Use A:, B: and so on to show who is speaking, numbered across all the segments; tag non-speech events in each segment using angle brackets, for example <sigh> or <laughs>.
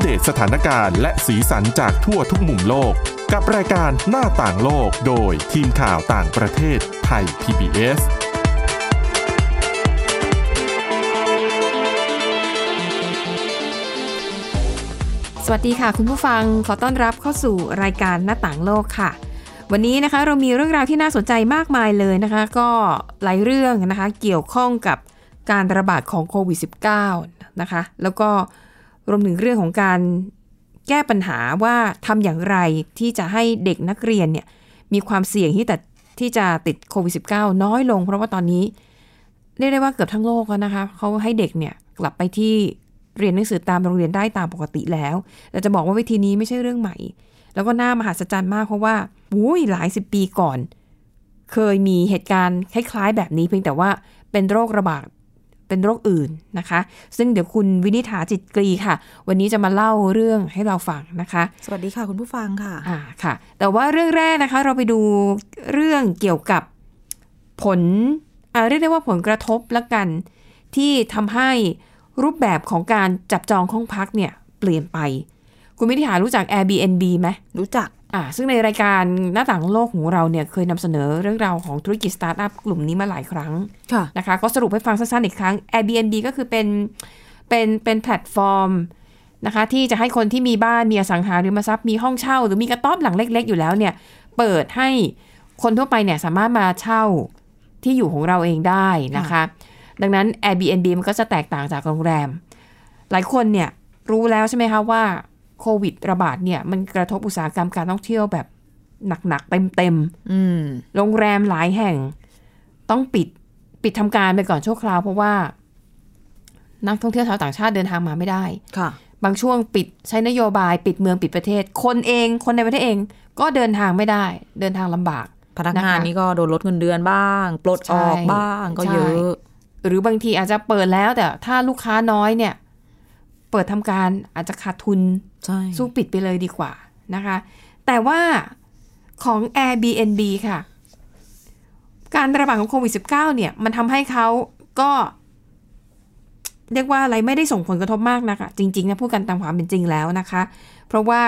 A: เดตสถานการณ์และสีสันจากทั่วทุกมุมโลก กับรายการหน้าต่างโลกโดยทีมข่าวต่างประเทศไทย PBS
B: สวัสดีค่ะ คุณผู้ฟังขอต้อนรับเข้าสู่รายการหน้าต่างโลกค่ะ วันนี้นะคะเรามีเรื่องราวที่น่าสนใจมากมายเลยนะคะ ก็หลายเรื่องนะคะเกี่ยวข้องกับการระบาดของโควิด -19 นะคะ แล้วก็รวมถึงเรื่องของการแก้ปัญหาว่าทำอย่างไรที่จะให้เด็กนักเรียนเนี่ยมีความเสี่ยงที่แต่ที่จะติดโควิด -19 น้อยลง เพราะว่าตอนนี้ เรียกได้ว่าเกือบทั้งโลกแล้วนะคะเขาให้เด็กเนี่ยกลับไปที่เรียนหนังสือตามโรงเรียนได้ตามปกติแล้ว แต่จะบอกว่าวิธีนี้ไม่ใช่เรื่องใหม่ แล้วก็น่ามหัศจรรย์มากเพราะว่าอุ้ยหลายสิบปีก่อน เคยมีเหตุการณ์คล้าย ๆ แบบนี้เพียงแต่ว่าเป็นโรคระบาดเป็นโรคอื่นนะคะ ซึ่งเดี๋ยวคุณวินิษฐาจิตกรีค่ะ วันนี้จะมาเล่าเรื่องให้เราฟังนะคะ
C: สวัสดีค่ะคุณผู้ฟังค่ะ
B: อ่าค่ะ แต่ว่าเรื่องแรกนะคะ เราไปดูเรื่องเกี่ยวกับผลอ่าเรียกได้ว่าผลกระทบละกัน ที่ทำให้รูปแบบของการจับจองห้องพักเนี่ย เปลี่ยนไป คุณมิถิหารู้จัก Airbnb ไหม
C: รู้จัก
B: อ่าซึ่งในรายการหน้าต่างโลกของเราเนี่ย เคยนำเสนอเรื่องราวของธุรกิจสตาร์ทอัพกลุ่มนี้มาหลายครั้ง
C: ค่ะ
B: นะคะก็สรุปให้ฟังสั้นๆอีกครั้ง Airbnb ก็คือเป็นเป็นเป็นแพลตฟอร์มนะคะที่จะให้คนที่มีบ้านมีอสังหาริมทรัพย์มีห้องเช่า หรือมีกระต๊อบหลังเล็ก ๆ อยู่แล้วเนี่ยเปิดให้คนทั่วไปเนี่ยสามารถมาเช่าที่อยู่ของเราเองได้นะคะ ดังนั้น Airbnb มันก็จะแตกต่างจากโรงแรม หลายคนเนี่ยรู้แล้วใช่ไหมคะว่าโควิดระบาดเนี่ยมันกระทบอุตสาหกรรมการท่องเที่ยวแบบหนักๆเต็มๆ
C: อืม
B: โรงแรมหลายแห่งต้องปิดปิดทำการไปก่อนชั่วคราว เพราะว่า นักท่องเที่ยวชาวต่างชาติเดินทางมาไม่ได้
C: ค่ะ
B: บางช่วงปิดใช้นโยบาย ปิดเมืองปิดประเทศ คนเองคนในประเทศเอง ก็เดินทางไม่ได้ เดินทางลำบาก
C: พนักงาน
B: นะคะ
C: นี่ก็โดนลดเงินเดือนบ้าง ปลดออก
B: ใช่
C: บ้างก็เย
B: ใช่
C: อะ
B: หรือบางทีอาจจะเปิดแล้ว แต่ถ้าลูกค้าน้อยเนี่ย เปิดทำการอาจจะขาดทุน
C: ใช่
B: สู้ปิดไปเลยดีกว่านะคะ แต่ว่าของ Airbnb ค่ะ การระบาดของโควิด -19 เนี่ย มันทำให้เขาก็ เรียกว่าอะไรไม่ได้ส่งผลกระทบมากนะคะ จริงๆนะพูดกันตามความเป็นจริงแล้วนะคะ เพราะว่า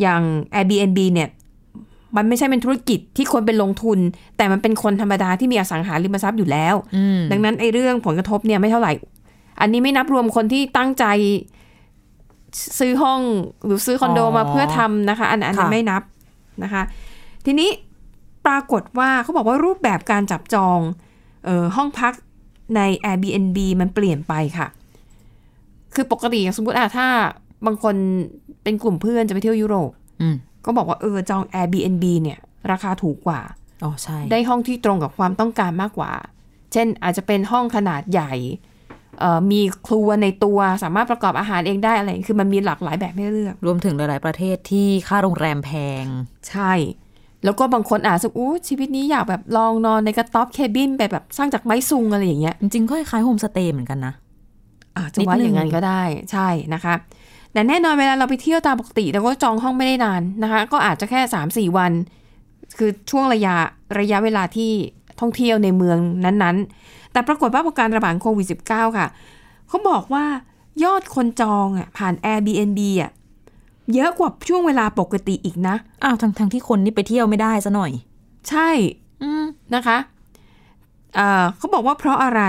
B: อย่าง Airbnb เนี่ย มันไม่ใช่เป็นธุรกิจที่คนเป็นลงทุน แต่มันเป็นคนธรรมดาที่มีอสังหาริมทรัพย์อยู่แล้ว
C: อืม
B: ดังนั้นไอ้เรื่องผลกระทบเนี่ยไม่เท่าไหร่ อันนี้ไม่นับรวมคนที่ตั้งใจ ซื้อห้องหรือซื้อคอนโดมาเพื่อทำนะคะ อันอันนั้นไม่นับนะคะ ทีนี้ปรากฏว่าเขาบอกว่ารูปแบบการจับจองเออห้องพักใน Airbnb มันเปลี่ยนไปค่ะ คือปกติอย่างสมมติอะถ้าบางคนเป็นกลุ่มเพื่อนจะไปเที่ยวยุโรป
C: อืม
B: ก็บอกว่าเออจอง Airbnb เนี่ย ราคาถูกกว่า
C: อ๋อใช่
B: ได้ห้องที่ตรงกับความต้องการมากกว่า เช่นอาจจะเป็นห้องขนาดใหญ่เอ่อมีครัวในตัวสามารถประกอบอาหารเองได้อะไร คือมันมีหลากหลายแบบให้เลือก
C: รวมถึงหลาย ๆ ประเทศที่ค่าโรงแรมแพง
B: ใช่ แล้วก็บางคนอาจจะอู้ชีวิตนี้อยากแบบลองนอนในกระต๊อบเคบินแบบแบบสร้างจากไม้ซุงอะไรอย่างเงี้ย
C: จริง ๆ ก็คล้ายๆโฮมสเตย์เหมือนกันนะ
B: อาจจะว่าอย่างนั้นก็ได้ใช่นะคะ แต่แน่นอนเวลาเราไปเที่ยวตามปกติเราก็จองห้องไม่ได้นานนะคะ ก็อาจจะแค่ 3 4 วัน คือช่วงระยะระยะเวลาที่ท่องเที่ยวในเมืองนั้นๆ แต่ปรากฏว่าพอการระบาดโควิด -19 ค่ะเขาบอกว่ายอดคนจองอ่ะผ่าน Airbnb อ่ะเยอะกว่าช่วงเวลาปกติอีกนะ
C: อ้าวทั้งๆที่คนนี่ไปเที่ยวไม่ได้ซะหน่อย
B: ใช่
C: อืม
B: นะคะเอ่อเขาบอกว่าเพราะอะไร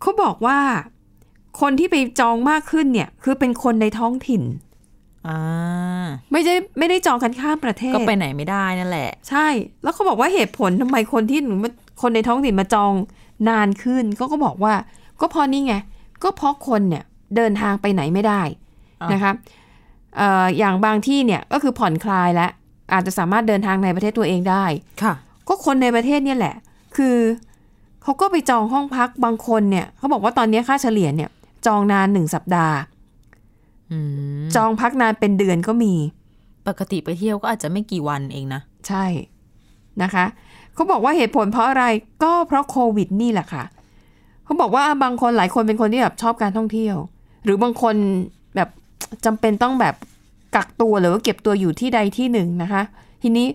B: เขาบอกว่าคนที่ไปจองมากขึ้นเนี่ย คือเป็นคนในท้องถิ่น
C: อ่า
B: ไม่ได้ไม่ได้จองกันข้ามประเทศ
C: ก็ไปไหนไม่ได้นั่นแหละ
B: ใช่ แล้วเขาบอกว่าเหตุผลทำไมคนที่หนูมาคนในท้องถิ่นมาจองนานขึ้นเขาก็บอกว่า ก็เพราะนี่ไง ก็เพราะคนเนี่ยเดินทางไปไหนไม่ได้
C: อ่ะ
B: นะคะเอ่ออย่างบางที่เนี่ยก็คือผ่อนคลายแล้วอาจจะสามารถเดินทางในประเทศตัวเองได้
C: ค่ะ
B: ก็คนในประเทศเนี่ยแหละ คือเขาก็ไปจองห้องพักบางคนเนี่ยเขาบอกว่าตอนนี้ค่าเฉลี่ยเนี่ยจองนานหนึ่งสัปดาห์
C: อืม
B: จองพักนานเป็นเดือนก็มี
C: ปกติไปเที่ยวก็อาจจะไม่กี่วันเองนะ
B: ใช่นะคะเขาบอกว่าเหตุผลเพราะอะไรก็เพราะโควิดนี่แหละค่ะเขาบอกว่าบางคนหลายคนเป็นคนที่แบบชอบการท่องเที่ยว หรือบางคนแบบจำเป็นต้องแบบกักตัวหรือว่าเก็บตัวอยู่ที่ใดที่หนึ่งนะคะ ทีนี้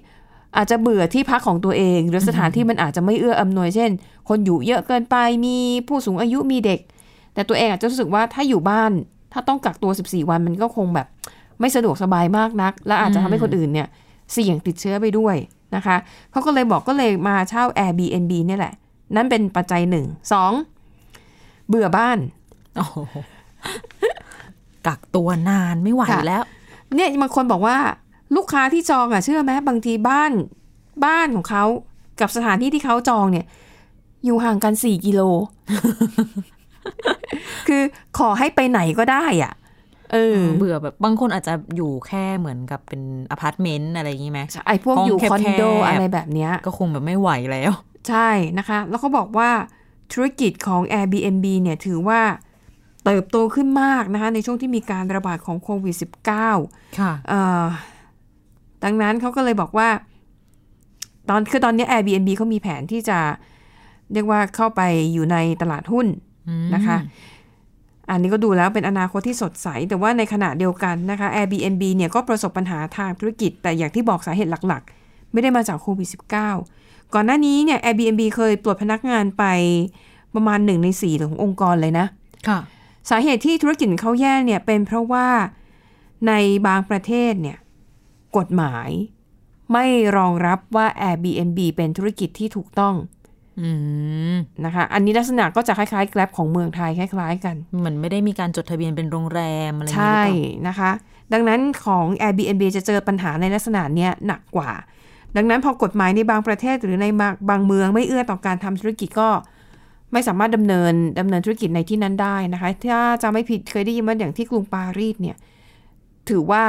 B: อาจจะเบื่อที่พักของตัวเอง หรือสถานที่มันอาจจะไม่เอื้ออำนวยเช่น คนอยู่เยอะเกินไปมีผู้สูงอายุมีเด็ก แต่ตัวเองอาจจะรู้สึกว่าถ้าอยู่บ้าน ถ้าต้องกักตัว 14 วันมันก็คงแบบไม่สะดวกสบายมากนัก และอาจจะทำให้คนอื่นเนี่ยเสี่ยงติดเชื้อไปด้วยนะคะเขาก็เลยบอกก็เลยมาเช่า Airbnb เนี่ยแหละ นั่นเป็นปัจจัยหนึ่งสองเบื่อบ้าน
C: โอ้โหกักตัวนานไม่ไหว
B: ค่ะ
C: แล้ว
B: เนี่ยบางคนบอกว่าลูกค้าที่จองอ่ะเชื่อไหมบางทีบ้านบ้านของเขากับสถานที่ที่เขาจองเนี่ย อยู่ห่างกันสี่กิโล <laughs> คือขอให้ไปไหนก็ได้อ่ะ เออ
C: เบื่อแบบบางคนอาจจะอยู่แค่เหมือนกับเป็นอพาร์ตเมนต์อะไรอย่างนี้ไหม
B: ไอ้พวก
C: ห้อง
B: อยู่
C: แคบๆ
B: คอนโดอะไรแบบเนี้ย
C: ก็คงแบบไม่ไหวแล้ว
B: ใช่นะคะ แล้วเขาบอกว่าธุรกิจของ Airbnb เนี่ยถือว่าเติบโตขึ้นมากนะคะ ในช่วงที่มีการระบาดของโควิด -19
C: ค่ะ
B: เอ่อดังนั้นเขาก็เลยบอกว่า ตอนคือตอนนี้ Airbnb เขามีแผนที่จะเรียกว่าเข้าไปอยู่ในตลาดหุ้น นะคะ อันนี้ก็ดูแล้วเป็นอนาคตที่สดใส แต่ว่าในขณะเดียวกันนะคะ Airbnb เนี่ยก็ประสบปัญหาทางธุรกิจ แต่อย่างที่บอกสาเหตุหลักๆ ไม่ได้มาจากโควิด -19 ก่อนหน้านี้เนี่ย Airbnb เคยปลดพนักงานไปประมาณหนึ่งในสี่ขององค์กรเลยนะ
C: ค่ะ
B: สาเหตุที่ธุรกิจเขาแย่เนี่ยเป็นเพราะว่าในบางประเทศเนี่ยกฎหมายไม่รองรับว่า Airbnb เป็นธุรกิจที่ถูกต้อง
C: อืม
B: นะคะ อันนี้ลักษณะก็จะคล้ายๆ Grab ของเมืองไทยคล้ายๆกัน
C: เหมือนไม่ได้มีการจดทะเบียนเป็นโรงแรมอะไรอย่าง
B: ใช่
C: นี้หรือเปล่า
B: นะคะ ดังนั้นของ Airbnb จะเจอปัญหาในลักษณะเนี้ยหนักกว่า ดังนั้นพอกฎหมายในบางประเทศหรือในบางบางเมืองไม่เอื้อต่อการทำธุรกิจก็ไม่สามารถดำเนินดำเนินธุรกิจในที่นั้นได้นะคะ ถ้าจะไม่ผิดเคยได้ยินว่าอย่างที่กรุงปารีสเนี่ย ถือว่า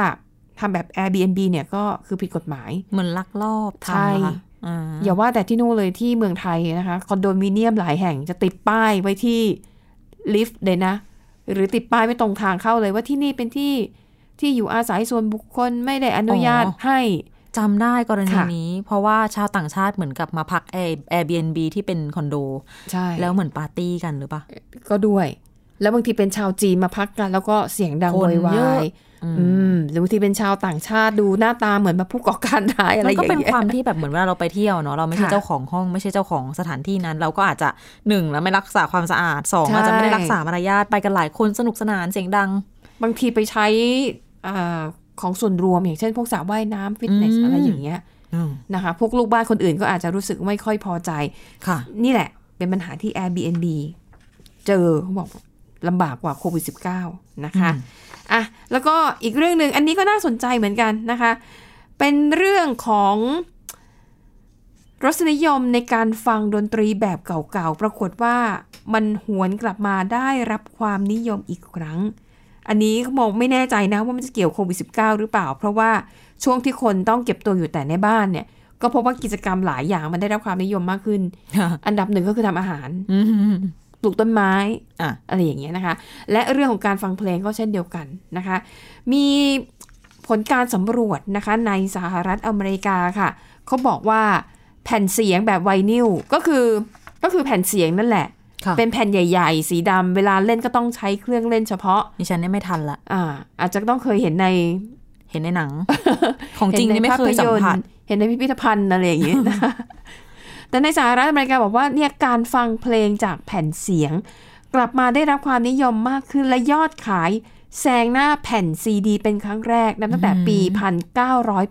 B: ทำแบบ Airbnb เนี่ยก็คือผิดกฎหมาย
C: เหมือนลักลอบทำ
B: ใช่
C: เหรอคะอ่า
B: อย่าว่าแต่ที่นู่นเลยที่เมืองไทยนะคะคอนโดมิเนียมหลายแห่งจะติดป้ายไว้ที่ลิฟต์เลยนะ หรือติดป้ายไว้ตรงทางเข้าเลยว่าที่นี่เป็นที่ที่อยู่อาศัยส่วนบุคคลไม่ได้อนุญาตให้
C: จำได้กรณี
B: ค่ะ
C: นี้ เพราะว่าชาวต่างชาติเหมือนกับมาพักแอร์ Airbnb ที่เป็นคอนโด
B: ใช่
C: แล้วเหมือนปาร์ตี้กันหรือปะ
B: ก็ด้วย แล้วบางทีเป็นชาวจีนมาพักกัน แล้วก็เสียงดัง
C: คน
B: โวยวา
C: เยอะ
B: ยอืมหรือบางทีเป็นชาวต่างชาติดูหน้าตาเหมือนมาผู้ก่อการร้ายอะไร
C: มั
B: อน
C: ก็
B: ย่าง
C: เป็น
B: เงี้ย
C: ความที่แบบเหมือนเวลาเราไปเที่ยวเนาะเราไม่ใช่
B: ค่ะ
C: เจ้าของห้องไม่ใช่เจ้าของสถานที่นั้น เราก็อาจจะหนึ่งแล้วไม่รักษาความสะอาดสอง
B: ใช่
C: อาจจะไม่ได้รักษามารยาทไปกันหลายคนสนุกสนานเสียงดัง
B: บางทีไปใช้อ่าของส่วนรวมอย่างเช่น พวกสระว่ายน้ำฟิตเนส
C: อืม
B: อะไรอย่างเงี้ยนะคะพวกลูกบ้านคนอื่นก็อาจจะรู้สึกไม่ค่อยพอใจ
C: ค่ะ
B: นี่แหละเป็นปัญหาที่ Airbnb เจอเขาบอกลำบากกว่าโควิด -19 นะคะ
C: อืม
B: อ่ะแล้วก็อีกเรื่องหนึ่งอันนี้ก็น่าสนใจเหมือนกันนะคะ เป็นเรื่องของรสนิยมในการฟังดนตรีแบบเก่าๆ ปรากฏว่ามันหวนกลับมาได้รับความนิยมอีกครั้ง อันนี้มองไม่แน่ใจนะว่ามันจะเกี่ยวโควิด -19 หรือเปล่า เพราะว่าช่วงที่คนต้องเก็บตัวอยู่แต่ในบ้านเนี่ย ก็พบว่ากิจกรรมหลายอย่างมันได้รับความนิยมมากขึ้น
C: ค่ะ
B: อันดับหนึ่งก็คือทำอาหาร
C: อืม
B: ปลูกต้นไม้
C: อ่ะ
B: อะไรอย่างเงี้ยนะคะ และเรื่องของการฟังเพลงก็เช่นเดียวกันนะคะ มีผลการสำรวจนะคะในสหรัฐอเมริกาค่ะ เขาบอกว่าแผ่นเสียงแบบไวนิลก็คือก็คือแผ่นเสียงนั่นแหละ
C: ค่ะ
B: เป็นแผ่นใหญ่ๆ สีดำเวลาเล่นก็ต้องใช้เครื่องเล่นเฉพาะ
C: ดิฉันเนี่ยไม่ทันละ
B: อ่าอาจจะต้องเคยเห็นใน
C: เห็นใน
B: <laughs>
C: หนัง ของจริงนี่ไม่เคยสัมผัส
B: เห็นในพิพิธภัณฑ์อะไรอย่างเงี้ยนะคะ แต่ในสหรัฐอเมริกาบอกว่าเนี่ยการฟังเพลงจากแผ่นเสียง กลับมาได้รับความนิยมมากขึ้นและยอดขายแซงหน้าแผ่นซีดีเป็นครั้งแรกนับตั้งแต่ปี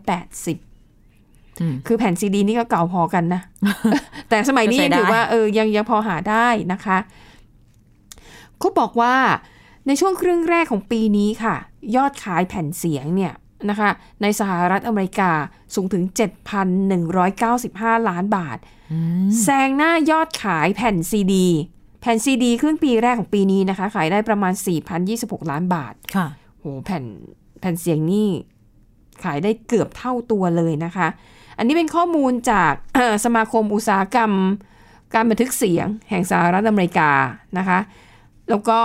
B: 1980
C: อืม
B: คือแผ่นซีดีนี่ก็เก่าพอกัน
C: <laughs>
B: นะ แต่สมัยนี้ยังถือว่าเออยังยังพอหาได้นะคะเขาบอกว่าในช่วงครึ่งแรกของปีนี้ค่ะ ยอดขายแผ่นเสียงเนี่ยนะคะในสหรัฐอเมริกาสูงถึง 7,195 ล้านบาท
C: อืม
B: แซงหน้ายอดขายแผ่นซีดี แผ่นซีดี ครึ่งปีแรกของปีนี้นะคะ ขายได้ประมาณ 4,026 ล้านบาท
C: ค่ะ
B: โหแผ่นแผ่นเสียงนี่ขายได้เกือบเท่าตัวเลยนะคะ อันนี้เป็นข้อมูลจาก <coughs> สมาคมอุตสาหกรรม การบันทึกเสียงแห่งสหรัฐอเมริกานะคะ แล้วก็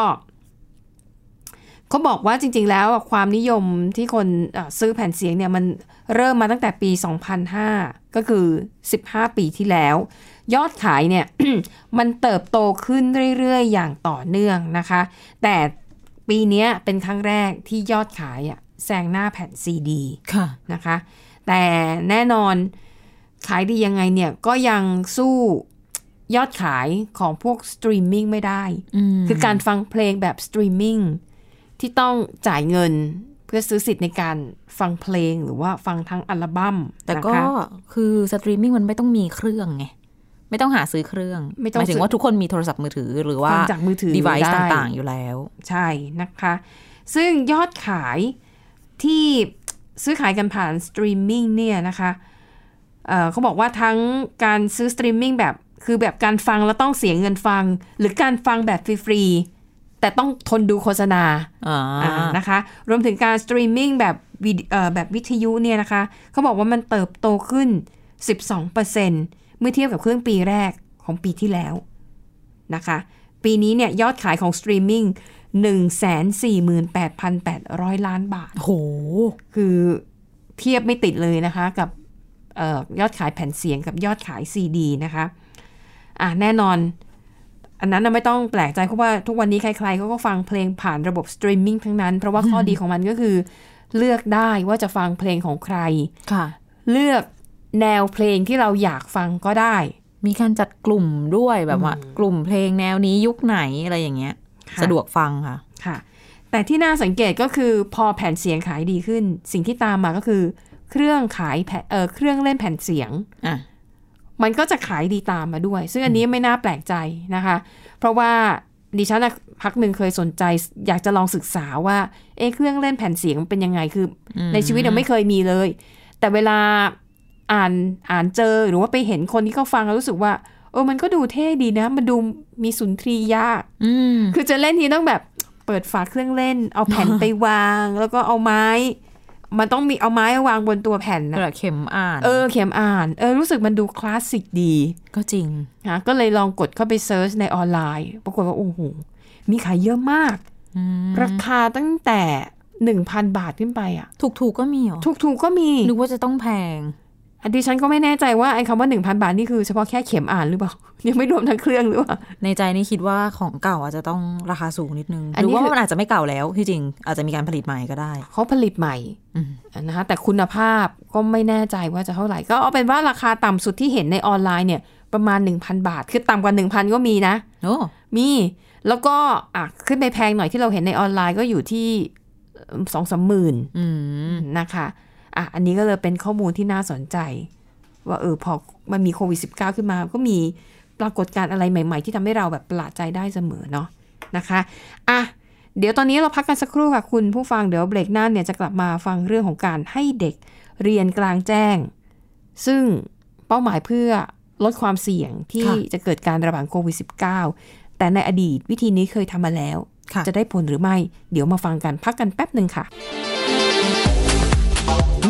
B: เขาบอกว่าจริง ๆ แล้วอะความนิยมที่คนเอ่อซื้อแผ่นเสียงเนี่ยมันเริ่มมาตั้งแต่ปี 2005 ก็คือ 15 ปีที่แล้ว ยอดขายเนี่ย มันเติบโตขึ้นเรื่อย ๆ อย่างต่อเนื่องนะคะ แต่ปีเนี้ยเป็นครั้งแรกที่ยอดขายอะแซงหน้าแผ่นซีดี
C: ค่ะ
B: นะคะแต่แน่นอนขายดียังไงเนี่ยก็ยังสู้ยอดขายของพวกสตรีมมิ่งไม่ได้
C: อืม
B: คือการฟังเพลงแบบสตรีมมิ่ง ที่ต้องจ่ายเงินเพื่อซื้อสิทธิ์ในการฟังเพลงหรือว่าฟังทั้งอัลบั้ม
C: แต่ก็
B: นะคะ
C: คือสตรีมมิ่งมันไม่ต้องมีเครื่องไง ไม่ต้องหาซื้อเครื่อง
B: ไม่ต้อง
C: หมายถึ
B: ซื้
C: ง
B: อ
C: ว่าทุกคนมีโทรศัพท์มือถือหรือว่า
B: ฟังจากมือถือ
C: device
B: ได้
C: ต่างๆอยู่แล้ว
B: ใช่นะคะ ซึ่งยอดขายที่ซื้อขายกันผ่านสตรีมมิ่งเนี่ยนะคะเอ่อเขาบอกว่าทั้งการซื้อสตรีมมิ่งแบบคือแบบการฟังแล้วต้องเสียเงินฟัง หรือการฟังแบบฟรีๆแต่ต้องทนดูโฆษณา
C: อ่า
B: อ่านะคะ รวมถึงการสตรีมมิ่งแบบวิดเอ่อแบบวิทยุเนี่ยนะคะเขาบอกว่ามันเติบโตขึ้น 12%เมื่อเทียบกับครึ่งปีแรกของปีที่แล้ว นะคะปีนี้เนี่ยยอดขายของสตรีมมิ่ง148,800 ล้านบาท
C: โอ้โห
B: คือเทียบไม่ติดเลยนะคะ กับเออยอดขายแผ่นเสียงกับยอดขายซีดีนะคะอ่ะแน่นอน อันนั้นน่ะไม่ต้องแปลกใจเพราะว่าทุกวันนี้ใครๆเขาก็ฟังเพลงผ่านระบบสตรีมมิ่งทั้งนั้น เพราะว่าข้อดีของมันก็คือ เลือกได้ว่าจะฟังเพลงของใคร
C: ค่ะ
B: เลือกแนวเพลงที่เราอยากฟังก็ได้
C: มีการจัดกลุ่มด้วยแบบว่า กลุ่มเพลงแนวนี้ยุคไหนอะไรอย่างเงี้ย
B: ค่ะ
C: สะดวกฟังค่ะ
B: ค่ะแต่ที่น่าสังเกตก็คือพอแผ่นเสียงขายดีขึ้น สิ่งที่ตามมาก็คือ เครื่องขายแผ่นเออเครื่องเล่นแผ่นเสียง
C: อ่ะ
B: มันก็จะขายดีตามมาด้วย ซึ่งอันนี้ไม่น่าแปลกใจนะคะ เพราะว่าดิฉันน่ะพักหนึ่งเคยสนใจ อยากจะลองศึกษาว่าเอะเครื่องเล่นแผ่นเสียงเป็นยังไงคืออในชีวิตยังไม่เคยมีเลย แต่เวลาอ่านอ่านเจอหรือว่าไปเห็นคนที่เขาฟังแล้วรู้สึกว่าเออมันก็ดูเท่ดีนะ มันดูมีสุนทรียะ
C: อืม
B: คือจะเล่นทีต้องแบบเปิดฝาเครื่องเล่น เอาแผ่น ไปวาง แล้วก็เอาไม้ มันต้องมีเอาไม้วางบนตัวแผ่น
C: ก
B: นะ
C: ระเข็มอ่าน
B: เออเข็มอ่าน เออรู้สึกมันดูคลาสสิกดี
C: ก็จริง
B: นะก็เลยลองกดเข้าไปเซิร์ชในออนไลน์ ปรากฏว่า โอ้โห มีขายเยอะมาก
C: อืม
B: ราคาตั้งแต่ 1,000 บาทขึ้นไปอ่ะ
C: ถูกถูกๆก็มีเหรอ
B: ถูกๆก็มี
C: นึกว่าจะต้องแพง
B: อันดิฉันก็ไม่แน่ใจว่าไอ้คำว่า 1,000 บาทนี่คือเฉพาะแค่เข็มอ่านหรือเปล่า <laughs> ยังไม่รวมทั้งเครื่องหรือเปล่า
C: ในใจนี่คิดว่าของเก่าอาจจะต้องราคาสูงนิดนึง
B: อัน
C: หรื
B: นี้
C: อว่า
B: คือ
C: มันอาจจะไม่เก่าแล้วที่จริง อาจจะมีการผลิตใหม่ก็ได้
B: <laughs> เขาผลิตใหม่
C: อืม
B: นะคะแต่คุณภาพก็ไม่แน่ใจว่าจะเท่าไหร่ ก็เอาเป็นว่าราคาต่ำสุดที่เห็นในออนไลน์เนี่ย ประมาณ 1,000 บาท คือต่ำกว่า 1,000 ก็มีนะ
C: โอ้
B: มีแล้วก็อ่ะขึ้นไปแพงหน่อยที่เราเห็นในออนไลน์ก็อยู่ที่สองสามหมื่น
C: อืม
B: นะคะอ่ะอันนี้ก็เลยเป็นข้อมูลที่น่าสนใจ ว่าเออพอมันมีโควิด -19 ขึ้นมา ก็มีปรากฏการณ์อะไรใหม่ ๆ ที่ทำให้เราแบบประหลาดใจได้เสมอเนาะนะคะอ่ะเดี๋ยวตอนนี้เราพักกันสักครู่ค่ะคุณผู้ฟังเดี๋ยวเบรกหน้าเนี่ยจะกลับมาฟังเรื่องของการให้เด็กเรียนกลางแจ้ง ซึ่งเป้าหมายเพื่อลดความเสี่ยงที่
C: ค่ะ
B: จะเกิดการระบาดโควิด -19 แต่ในอดีตวิธีนี้เคยทำมาแล้ว
C: ค่ะ
B: จะได้ผลหรือไม่ เดี๋ยวมาฟังกันพักกันแป๊บหนึ่งค่ะ
A: ห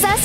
D: Search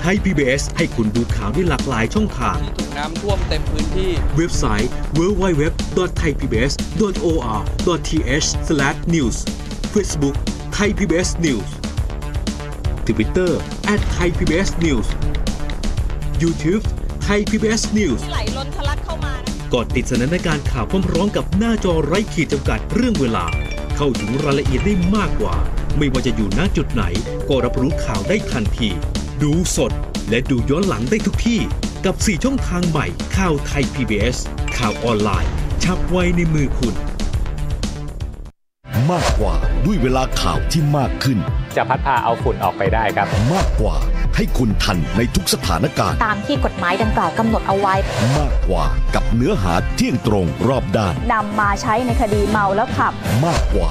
E: ไทย PBS ให้คุณดูข่าวได้หลากหลายช่องทาง
F: ถูกน้ำท่วมเต็มพื้นที่
E: เว็บไซต์ www.thaipbs.or.th/news Facebook Thai PBS News Twitter @thaipbsnews YouTube Thai PBS News
G: ไหลล้นทะลักเข้ามา
E: ก่อนติดสนันการณ์ข่าวพร้อมร้องกับหน้าจอไร้ขีดจำกัดเรื่องเวลา เข้าถึงรายละเอียดได้มากกว่า ไม่ว่าจะอยู่ณจุดไหน ก็รับรู้ข่าวได้ทันที ดูสดและดูย้อนหลังได้ทุกที่ กับ 4 ช่องทางใหม่ ข่าวไทย PBS ข่าวออนไลน์ ชับไว้ในมือคุณ
H: มากกว่าด้วยเวลาข่าวที่มากขึ้น
I: จะพัดพาเอาฝุ่นออกไปได้ครับ
H: มากกว่า
F: ให้คุณทันในทุกสถานการณ์
G: ตามที่กฎหมายดังกล่าวกำหนดเอาไว้
F: มากกว่ากับเนื้อหาเที่ยงตรงรอบด้าน
G: นำมาใช้ในคดีเมาแล้วขับ
F: มากกว่า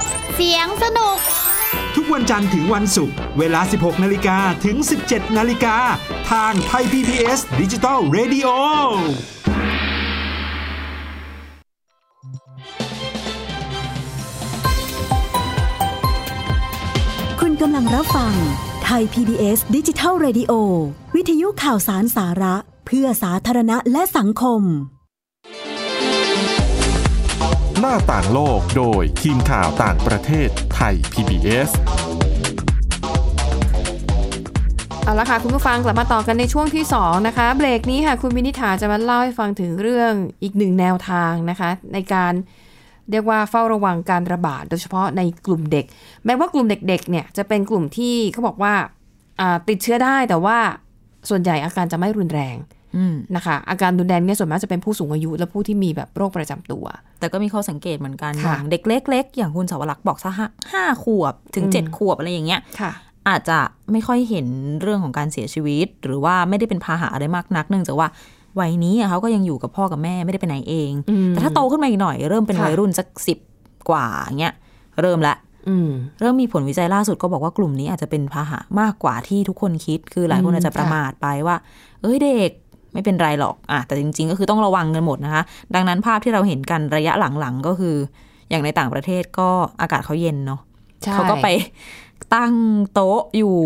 D: เสียงสนุก
I: ทุกวันจันทร์ถึงวันศุกร์เวลา 16 นาฬิกาถึง 17 นาฬิกา ทางไทย PPS ดิจิตอล Radio
J: คุณกำลังรับฟังไทย PBS ดิจิทัล Radio วิทยุข่าวสารสาระ เพื่อสาธารณะและสังคม
A: หน้าต่างโลกโดยทีมข่าวต่างประเทศไทย PBS
B: เอาละค่ะ คุณผู้ฟังกลับมาต่อกันในช่วงที่ 2 นะคะ เบรกนี้ค่ะ คุณวินิษฐาจะมาเล่าให้ฟังถึงเรื่องอีกหนึ่งแนวทางนะคะ ในการเรียกว่าเฝ้าระวังการระบาด โดยเฉพาะในกลุ่มเด็ก แม้ว่ากลุ่มเด็กๆเนี่ยจะเป็นกลุ่มที่เขาบอกว่าอ่าติดเชื้อได้แต่ว่าส่วนใหญ่อาการจะไม่รุนแรง
C: อืม
B: นะคะอาการรุนแรงเนี่ยส่วนมากจะเป็นผู้สูงอายุ และผู้ที่มีแบบโรคประจำตัว
C: แต่ก็มีข้อสังเกตเหมือนกันอ
B: ค่ะ
C: ย่างเด็กเล็กๆ อย่างคุณสาวรักษ์บอกซะห้าห้าขวบถึงเจ็ดขวบอะไรอย่างเงี้ย
B: ค่ะ
C: อาจจะไม่ค่อยเห็นเรื่องของการเสียชีวิต หรือว่าไม่ได้เป็นพาหะอะไรมากนัก เนื่องจากว่าวัยนี้อะเขาก็ยังอยู่กับพ่อกับแม่ไม่ได้ไปไหนเอง
B: อืม
C: แต่ถ้าโตขึ้นมาอีกหน่อย เริ่มเป็น
B: ค่ะ
C: วัยรุ่นสักสิบกว่าอย่างเงี้ยเริ่มละ
B: อืม
C: เริ่มมีผลวิจัยล่าสุดก็บอกว่ากลุ่มนี้อาจจะเป็นพาหะมากกว่าที่ทุกคนคิด คือหลายคน
B: อืม
C: อาจจะประ
B: ค่ะ
C: มาทไปว่า เอ้ยเด็กไม่เป็นไรหรอกอ่ะแต่จริง ๆ ก็คือต้องระวังกันหมดนะคะ ดังนั้นภาพที่เราเห็นกันระยะหลังๆก็คือ อย่างในต่างประเทศก็อากาศเขาเย็นเนาะ
B: ใช่
C: เขาก็ไปตั้งโต๊ะอยู่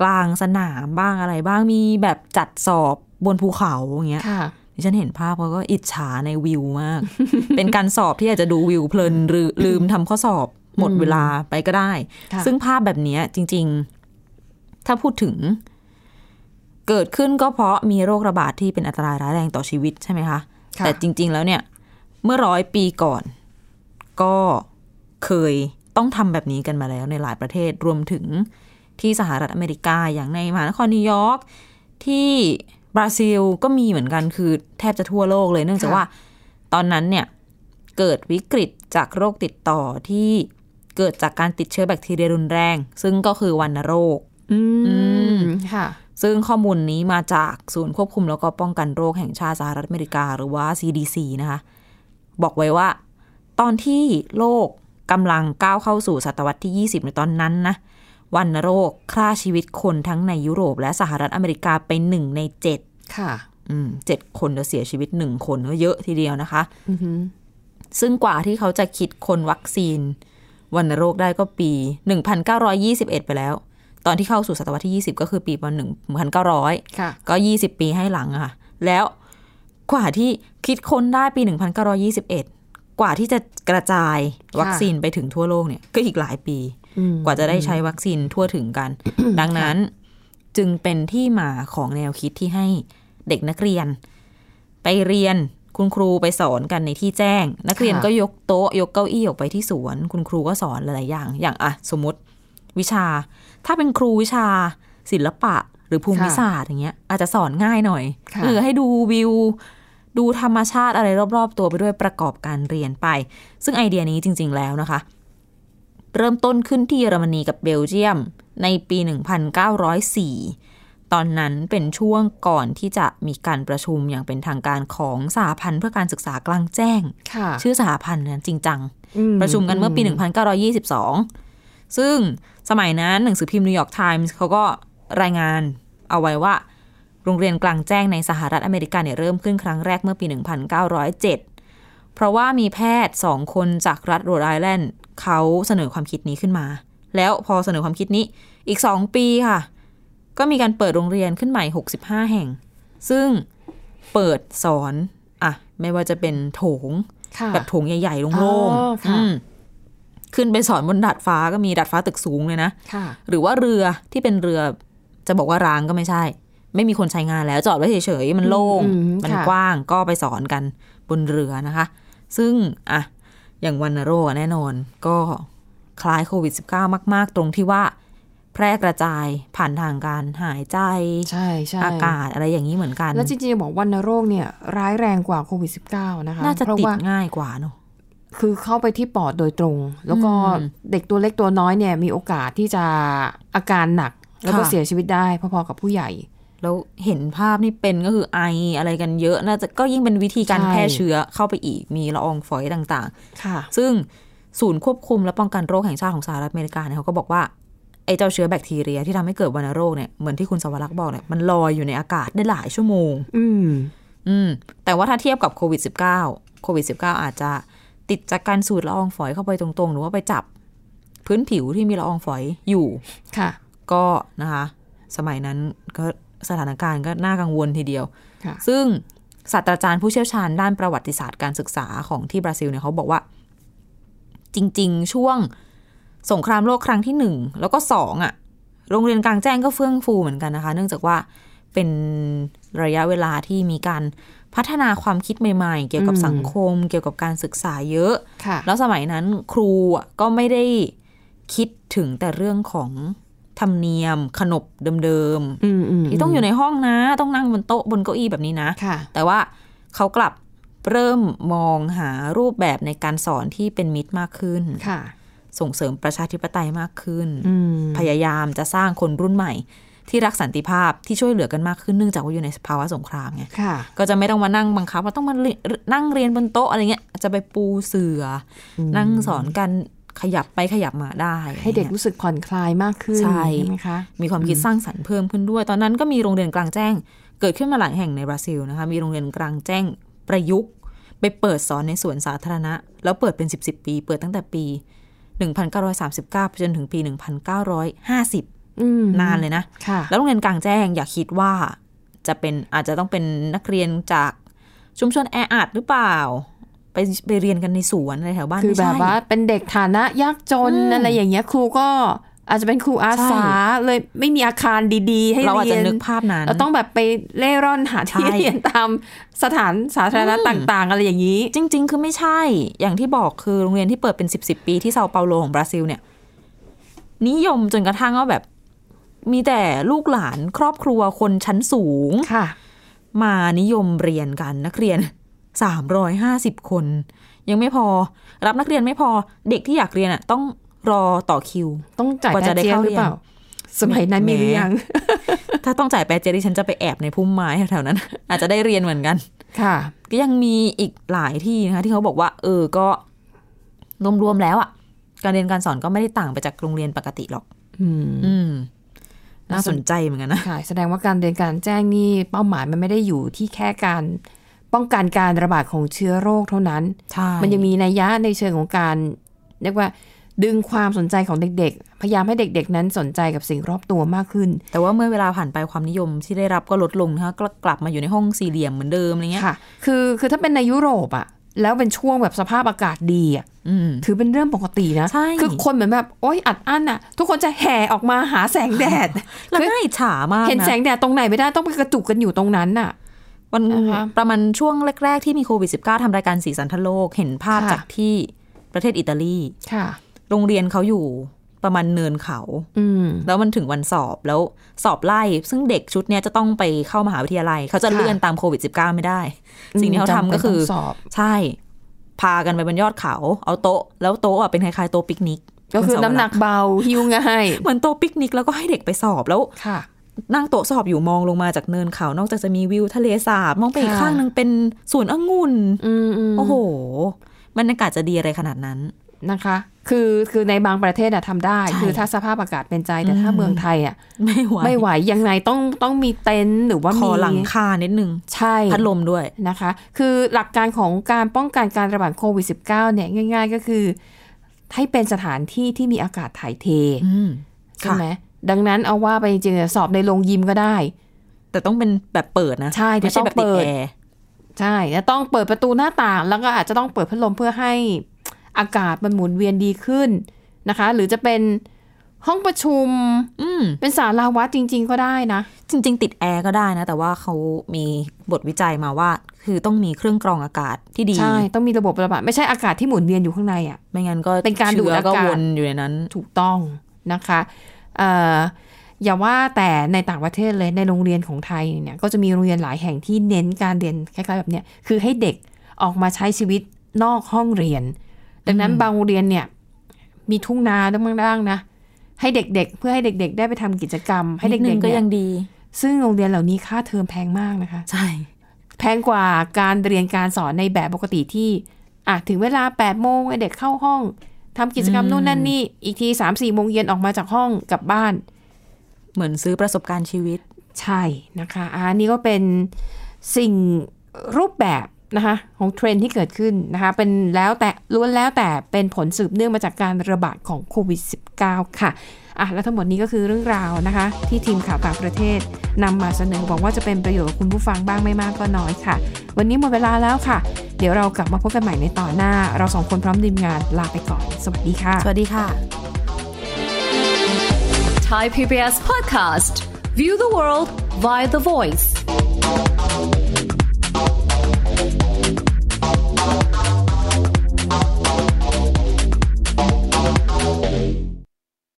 C: กลางสนามบ้างอะไรบ้างมีแบบจัดสอบบนภูเขาอย่างเงี้ย
B: ค่ะ
C: ดิฉันเห็นภาพเขาก็อิจฉาในวิวมาก <laughs> เป็นการสอบที่อาจจะดูวิวเพลินหรือลืมทำข้อสอบหมดเวลาไปก็ได้
B: ค่ะ
C: ซึ่งภาพแบบเนี้ยจริง ๆ ถ้าพูดถึง เกิดขึ้นก็เพราะมีโรคระบาดที่เป็นอันตรายร้ายแรงต่อชีวิตใช่ไหมคะ
B: ค่ะ
C: แต่จริง ๆ แล้วเนี่ย เมื่อร้อยปีก่อน ก็เคยต้องทำแบบนี้กันมาแล้วในหลายประเทศรวมถึงที่สหรัฐอเมริกาอย่างในมหานครนิวยอร์กที่บราซิลก็มีเหมือนกันคือแทบจะทั่วโลกเลยเนื่องจาก
B: ค่ะ
C: ว่า ตอนนั้นเนี่ยเกิดวิกฤตจากโรคติดต่อที่เกิดจากการติดเชื้อแบคทีเรียรุนแรง ซึ่งก็คือวัณโรค
B: อื
C: ม
B: ค่ะ
C: ซึ่งข้อมูลนี้มาจากศูนย์ควบคุมแล้วก็ป้องกันโรคแห่งชาติสหรัฐอเมริกาหรือว่า CDC นะคะ บอกไว้ว่า ตอนที่โลกกำลังก้าวเข้าสู่ศตวรรษที่ 20 ในตอนนั้นนะวันโรคฆ่าชีวิตคนทั้งในยุโรป และสหรัฐอเมริกาเป็นหนึ่งในเจ็ด
B: ค่ะ
C: อืมเจ็ดคนจะเสียชีวิตหนึ่งคนก็เยอะทีเดียวนะคะ
B: อือหือ
C: ซึ่งกว่าที่เขาจะคิดคนวัคซีนวัณโรคได้ก็ปี 1921 ไปแล้ว ตอนที่เข้าสู่ศตวรรษที่ 20 ก็คือปีประมาณ1900
B: ค่ะ
C: ก็ 20 ปีให้หลังอะค่ะ แล้วกว่าที่คิดค้นได้ปี 1921 กว่าที่จะกระจายวัคซีนไปถึงทั่วโลกเนี่ย ก็อีกหลายปี
B: อืม
C: กว่าจะได้ใช้วัคซีนทั่วถึงกัน ดังนั้นจึงเป็นที่มาของแนวคิดที่ให้เด็กนักเรียน ไปเรียนคุณครูไปสอนกันในที่แจ้ง นักเรียน
B: ค่ะ
C: ก็ยกโต๊ะ ยกเก้าอี้ออกไปที่สวน คุณครูก็สอนหลายๆอย่าง อย่างอะสมมติวิชา ถ้าเป็นครูวิชา ศิลปะ หรือภูมิศาสตร์อย่างเงี้ยอาจจะสอนง่ายหน่อย
B: ค่ะ
C: เออให้ดูวิว ดูธรรมชาติอะไรรอบ ๆ ตัวไปด้วยประกอบการเรียนไป ซึ่งไอเดียนี้จริง ๆ แล้วนะคะ เริ่มต้นขึ้นที่เยอรมนีกับเบลเยียมในปี 1904 ตอนนั้นเป็นช่วงก่อนที่จะมีการประชุมอย่างเป็นทางการของสหพันธ์เพื่อการศึกษากลางแจ้ง
B: ค่ะ
C: ชื่อสหพันธ์นั้นจริงจัง
B: ม
C: ประชุมกันเมื่อปี 1922 ซึ่งสมัยนั้นหนังสือพิมพ์นิวยอร์กไทมส์เขาก็รายงานเอาไว้ว่า โรงเรียนกลางแจ้งในสหรัฐอเมริกาเนี่ยเริ่มขึ้นครั้งแรกเมื่อปี 1907 เพราะว่ามีแพทย์ 2 คนจากรัฐโรดไอแลนด์เขาเสนอความคิดนี้ขึ้นมา แล้วพอเสนอความคิดนี้อีก 2 ปีค่ะ ก็มีการเปิดโรงเรียนขึ้นใหม่ 65 แห่ง ซึ่งเปิดสอนอ่ะไม่ว่าจะเป็นโถง
B: ค่ะ
C: แบบโถงใหญ่ๆโล่ง
B: อ๋อ
C: ๆ
B: ค่ะ
C: อืมขึ้นไปสอนบนดาดฟ้าก็มีดาดฟ้าตึกสูงเลยนะ
B: ค่ะ
C: หรือว่าเรือที่เป็นเรือ จะบอกว่าร้างก็ไม่ใช่ ไม่มีคนใช้งานแล้วจอดไว้เฉยๆมันโล่ง
B: อืมค่ะ
C: มันกว้างก็ไปสอนกันบนเรือนะคะ ซึ่งอะอย่างวันโรคอะแน่นอน ก็คล้ายโควิด -19 มาก ๆ ตรงที่ว่า แพร่กระจายผ่านทางการหายใจ
B: ใช่ใช่
C: อากาศอะไรอย่างนี้เหมือนกัน
B: แล้วจริงๆจะบอกวันโรคเนี่ยร้ายแรงกว่าโควิด -19 นะคะ
C: น่าจะ
B: เพร
C: ติด
B: ว่า
C: ง่ายกว่าเนอะ
B: คือเข้าไปที่ปอดโดยตรง แล้วก็
C: อืม
B: เด็กตัวเล็กตัวน้อยเนี่ยมีโอกาสที่จะอาการหนัก แล้วก็
C: ค่ะ
B: เสียชีวิตได้พอๆกับผู้ใหญ่
C: แล้วเห็นภาพนี่เป็นก็คือไออะไรกันเยอะ น่าจะก็ยิ่งเป็นวิธีการ
B: ใช่
C: แพร่เชื้อเข้าไปอีกมีละอองฝอยต่าง
B: ค่ะ
C: ๆ ซึ่งศูนย์ควบคุมและป้องกันโรคแห่งชาติของสหรัฐอเมริกาเนี่ยเขาก็บอกว่าไอ้เจ้าเชื้อแบคทีเรียที่ทำให้เกิดวัณโรคเนี่ยเหมือนที่คุณสวรักษ์บอกเนี่ยมันลอยอยู่ในอากาศได้หลายชั่วโมง
B: อืม
C: อืมแต่ว่าถ้าเทียบกับโควิด -19 โควิด -19 อาจจะติดจากการสูดละอองฝอยเข้าไปตรงๆ หรือว่าไปจับพื้นผิวที่มีละอองฝอยอยู่
B: ค่ะ
C: ก็นะคะ สมัยนั้นก็สถานการณ์ก็น่ากังวลทีเดียว
B: ค่ะ
C: ซึ่งศาสตราจารย์ผู้เชี่ยวชาญด้านประวัติศาสตร์การศึกษาของที่บราซิลเนี่ยเขาบอกว่า จริง ๆ ช่วงสงครามโลกครั้งที่หนึ่งแล้วก็สองอะ่ะ โรงเรียนกลางแจ้งก็เฟื่องฟูเหมือนกันนะคะ เนื่องจากว่าเป็นระยะเวลาที่มีการพัฒนาความคิดใหม่ ๆ เกี่ยวกับ
B: อืม
C: สังคม เกี่ยวกับการศึกษาเยอะ
B: ค่ะ
C: แล้วสมัยนั้นครูอะก็ไม่ได้คิดถึงแต่เรื่องของธรรมเนียม ขนบเดิม
B: อืมอืม
C: ๆที่ต้องอยู่ในห้องนะ ต้องนั่งบนโต๊ะบนเก้าอี้แบบนี้นะ
B: ค่ะ
C: แต่ว่าเขากลับเริ่มมองหารูปแบบในการสอนที่เป็นมิตรมากขึ้น
B: ค่ะ
C: ส่งเสริมประชาธิปไตยมากขึ้น
B: อืม
C: พยายามจะสร้างคนรุ่นใหม่ ที่รักสันติภาพที่ช่วยเหลือกันมากขึ้นเนื่องจากว่าอยู่ในภาวะสงครามไง
B: ค่ะ
C: ก็จะไม่ต้องมานั่งบังคับว่าต้องมาเรียนนั่งเรียนบนโต๊ะอะไรเงี้ย จะไปปูเสืออนั่งสอนกันขยับไปขยับมาได้
B: ให้เด็ก
C: อะไรงี้ย
B: รู้สึกผ่อนคลายมากขึ้น
C: ใช่
B: ไหมคะ
C: มีความคิดสร้างสรรค์เพิ่มขึ้นด้วย ตอนนั้นก็มีโรงเรียนกลางแจ้ง เกิดขึ้นมาหลายแห่งในบราซิลนะคะ มีโรงเรียนกลางแจ้งประยุกต์ ไปเปิดสอนในสวนสาธารณะ แล้วเปิดเป็น 10บปี เปิดตั้งแต่ปี 1939ไปจนถึงปี 1950
B: อืม
C: นานเลยนะ
B: ค่ะ
C: แล้วโรงเรียนกลางแจ้งอย่าคิดว่าจะเป็นอาจจะต้องเป็นนักเรียนจากชุมชนแออัดหรือเปล่า ไปไปเรียนกันในสวนอะไรแถวบ้าน
B: คือ
C: ไม่
B: แบ
C: ใช่
B: บว่าเป็นเด็กฐานะยากจน
C: อืม
B: อะไรอย่างเงี้ยครูก็อาจจะเป็นครูอาสา
C: ใช่
B: เลยไม่มีอาคารดีๆ ให้
C: เราอาจ
B: เรี
C: จะ
B: ยน
C: นึกภาพนั้น
B: เราต้องแบบไปเล่ร่อนหาที่
C: ใช่
B: เรียนตามสถานสาธารณะ
C: อืม
B: ต่าง ๆ อะไรอย่างนี้
C: จริง ๆ คือไม่ใช่ อย่างที่บอกคือโรงเรียนที่เปิดเป็นสิบสิบปีที่เซาเปาโลของบราซิลเนี่ย นิยมจนกระทั่งว่าแบบ มีแต่ลูกหลานครอบครัวคนชั้นสูง
B: ค่ะ
C: มานิยมเรียนกันนักเรียน <laughs> 350 คน ยังไม่พอ รับนักเรียนไม่พอเด็กที่อยากเรียนอ่ะต้องรอต่อคิว <laughs>
B: ต้องจ่าย
C: กว่าจะ
B: แต
C: ได้
B: เจีย
C: เข้า
B: หรือเปล่า
C: เรีย
B: สมัยนั้นมีหรือยัง
C: ถ้าต้องจ่ายแปรเจดิฉันจะไปแอบในพุ่มไม้แถวๆนั้น <laughs> อาจจะได้เรียนเหมือนกัน
B: ค่ะ
C: ก็ยังมีอีกหลายที่นะคะที่เขาบอกว่า เออก็รวมๆแล้วอ่ะ การเรียนการสอนก็ไม่ได้ต่างไปจากโรงเรียนปกติหรอก
B: อืม
C: อืม น่าสนใจเหมือนกันนะ
B: ค่ะ แสดงว่าการเรียนการแจ้งนี่เป้าหมายมันไม่ได้อยู่ที่แค่การป้องกันการระบาดของเชื้อโรคเท่านั้น
C: ใช่
B: มันยังมีนัยยะในเชิงของการเรียกว่า ดึงความสนใจของเด็กๆ พยายามให้เด็กๆ นั้นสนใจกับสิ่งรอบตัวมากขึ้น
C: แต่ว่าเมื่อเวลาผ่านไปความนิยมที่ได้รับก็ลดลงนะคะก็กลับมาอยู่ในห้องสี่เหลี่ยมเหมือนเดิมอะไรเงี้ย
B: ค่ะ คือคือถ้าเป็นในยุโรปอะแล้วเป็นช่วงแบบสภาพอากาศดีอะ
C: อืม
B: ถือเป็นเรื่องปกตินะ
C: ใช่
B: คือคนเหมือนแบบโอ๊ยอัดอั้นอ่ะ ทุกคนจะแห่ออกมาหาแสงแดด
C: แล้ว
B: คือ
C: น่าอิจฉามาก
B: เห็น
C: นะ
B: แสงแดดตรงไหนไม่ได้ต้องไปกระจุกกันอยู่ตรงนั้นน่ะ
C: วัน
B: นะคะ
C: ประมาณช่วงแรก ๆ ที่มีโควิด -19 ทำรายการสีสันทั่วโลก เห็นภาพ
B: ค่ะ
C: จากที่ประเทศอิตาลี
B: ค่ะ
C: โรงเรียนเขาอยู่ประมาณเนินเขา
B: อืม
C: แล้วมันถึงวันสอบแล้วสอบไล่ ซึ่งเด็กชุดเนี้ยจะต้องไปเข้ามหาวิทยาลัย เขาจะ
B: ค่ะ
C: เลื่อนตามโควิด -19 ไม่ได้
B: อืม
C: สิ่งที่เขาทำก็คือ
B: จำเป็นต้องสอบ
C: ใช่ พากันไปบนยอดเขา เอาโต๊ะ แล้วโต๊ะอะเป็นคล้ายๆโต๊ะปิกนิก
B: ก็คือน้ำหนักเบาหิ้วง่าย
C: เหมือนโต๊ะปิกนิกแล้วก็ให้เด็กไปสอบแล้ว
B: ค่ะ
C: นั่งโต๊ะสอบอยู่มองลงมาจากเนินเขา นอกจากจะมีวิวทะเลสาบ มองไปอีก
B: ค่ะ
C: ข้างหนึงเป็นสวนองุ่น
B: อืมอืม
C: โอ้โหบรรยากาศจะดีอะไรขนาดนั้น
B: นะคะ คือคือในบางประเทศอะทำได้
C: ใช่
B: คือถ้าสภาพอากาศเป็นใจแต่
C: อืม
B: ถ้าเมืองไทยอะ
C: ไม่ไหว
B: ไม่ไหวยังไงต้องต้องมีเต็นท์หรือว่า
C: ค
B: มี
C: อหลังคานิดนึง
B: ใช่
C: พัดลมด้วย
B: นะคะ คือหลักการของการป้องกันการระบาดโควิด -19 เนี่ยง่าย ๆ ก็คือให้เป็นสถานที่ที่มีอากาศถ่ายเท
C: อืม
B: ใช่ไหมดังนั้นเอาว่าไปจริงๆสอบในโรงยิมก็ได้
C: แต่ต้องเป็นแบบเปิดนะ
B: ใช่แต่
C: ไม่ใช่แบบ
B: ต้อง
C: ติด
B: เปิด
C: แอร์
B: ใช่แล้วต้องเปิดประตูหน้าต่าง แล้วก็อาจจะต้องเปิดพัดลมเพื่อให้อากาศมันหมุนเวียนดีขึ้นนะคะ หรือจะเป็น ห้องประชุม
C: อืม
B: เป็นสาราวัดจริง ๆ ก็ได้นะ
C: จริง ๆ ติดแอร์ก็ได้นะ แต่ว่าเขามีบทวิจัยมาว่า คือต้องมีเครื่องกรองอากาศที่ดี
B: ใช่ ต้องมีระบบระบายไม่ใช่อากาศที่หมุนเวียนอยู่ข้างในอ่ะ
C: ไม่งั้นก็
B: เป็นการดูด
C: ชื้
B: อากาศ
C: ก็วนอยู่ในนั้น
B: ถูกต้องนะคะเอ่ออย่าว่าแต่ในต่างประเทศเลยในโรงเรียนของไทยเนี่ยก็จะมีโรงเรียนหลายแห่งที่เน้นการเรียนคล้ายๆแบบเนี้ยคือให้เด็กออกมาใช้ชีวิตนอกห้องเรียน ดังนั้นบางโรงเรียนเนี่ยมีทุ่งนาบ้างๆนะ ให้เด็กๆ เพื่อให้เด็ก ๆ ได้ไปทำกิจกรรม ให้เด็กๆ
C: นินึงก็
B: เนี่
C: ยั
B: ย
C: งดี
B: ซึ่งโรงเรียนเหล่านี้ค่าเทอมแพงมากนะคะ
C: ใช่
B: แพงกว่าการเรียนการสอนในแบบปกติที่อ่ะถึงเวลา8ปดโมงไอ้เด็กเข้าห้องทำกิจกรรมนู่นนั่นนี่ อีกที3ามสี่โมงเย็นออกมาจากห้องกลับบ้าน
C: เหมือนซื้อประสบการณ์ชีวิต
B: ใช่นะคะอะอันนี้ก็เป็นสิ่งรูปแบบนะคะของเทรนด์ที่เกิดขึ้นนะคะ เป็นแล้วแต่ล้วนแล้วแต่เป็นผลสืบเนื่องมาจากการระบาดของโควิด -19 ค่ะอ่ะ และทั้งหมดนี้ก็คือเรื่องราวนะคะ ที่ทีมข่าวต่างประเทศนำมาเสนอหวังว่าจะเป็นประโยชน์กับคุณผู้ฟังบ้างไม่มากก็น้อยค่ะ วันนี้หมดเวลาแล้วค่ะ เดี๋ยวเรากลับมาพบกันใหม่ในตอนหน้า เราสองคนพร้อมทีมงานลาไปก่อน สวัสดีค่ะ
C: สวัสดีค่ะ
K: Thai PBS podcast. View the world via the voice.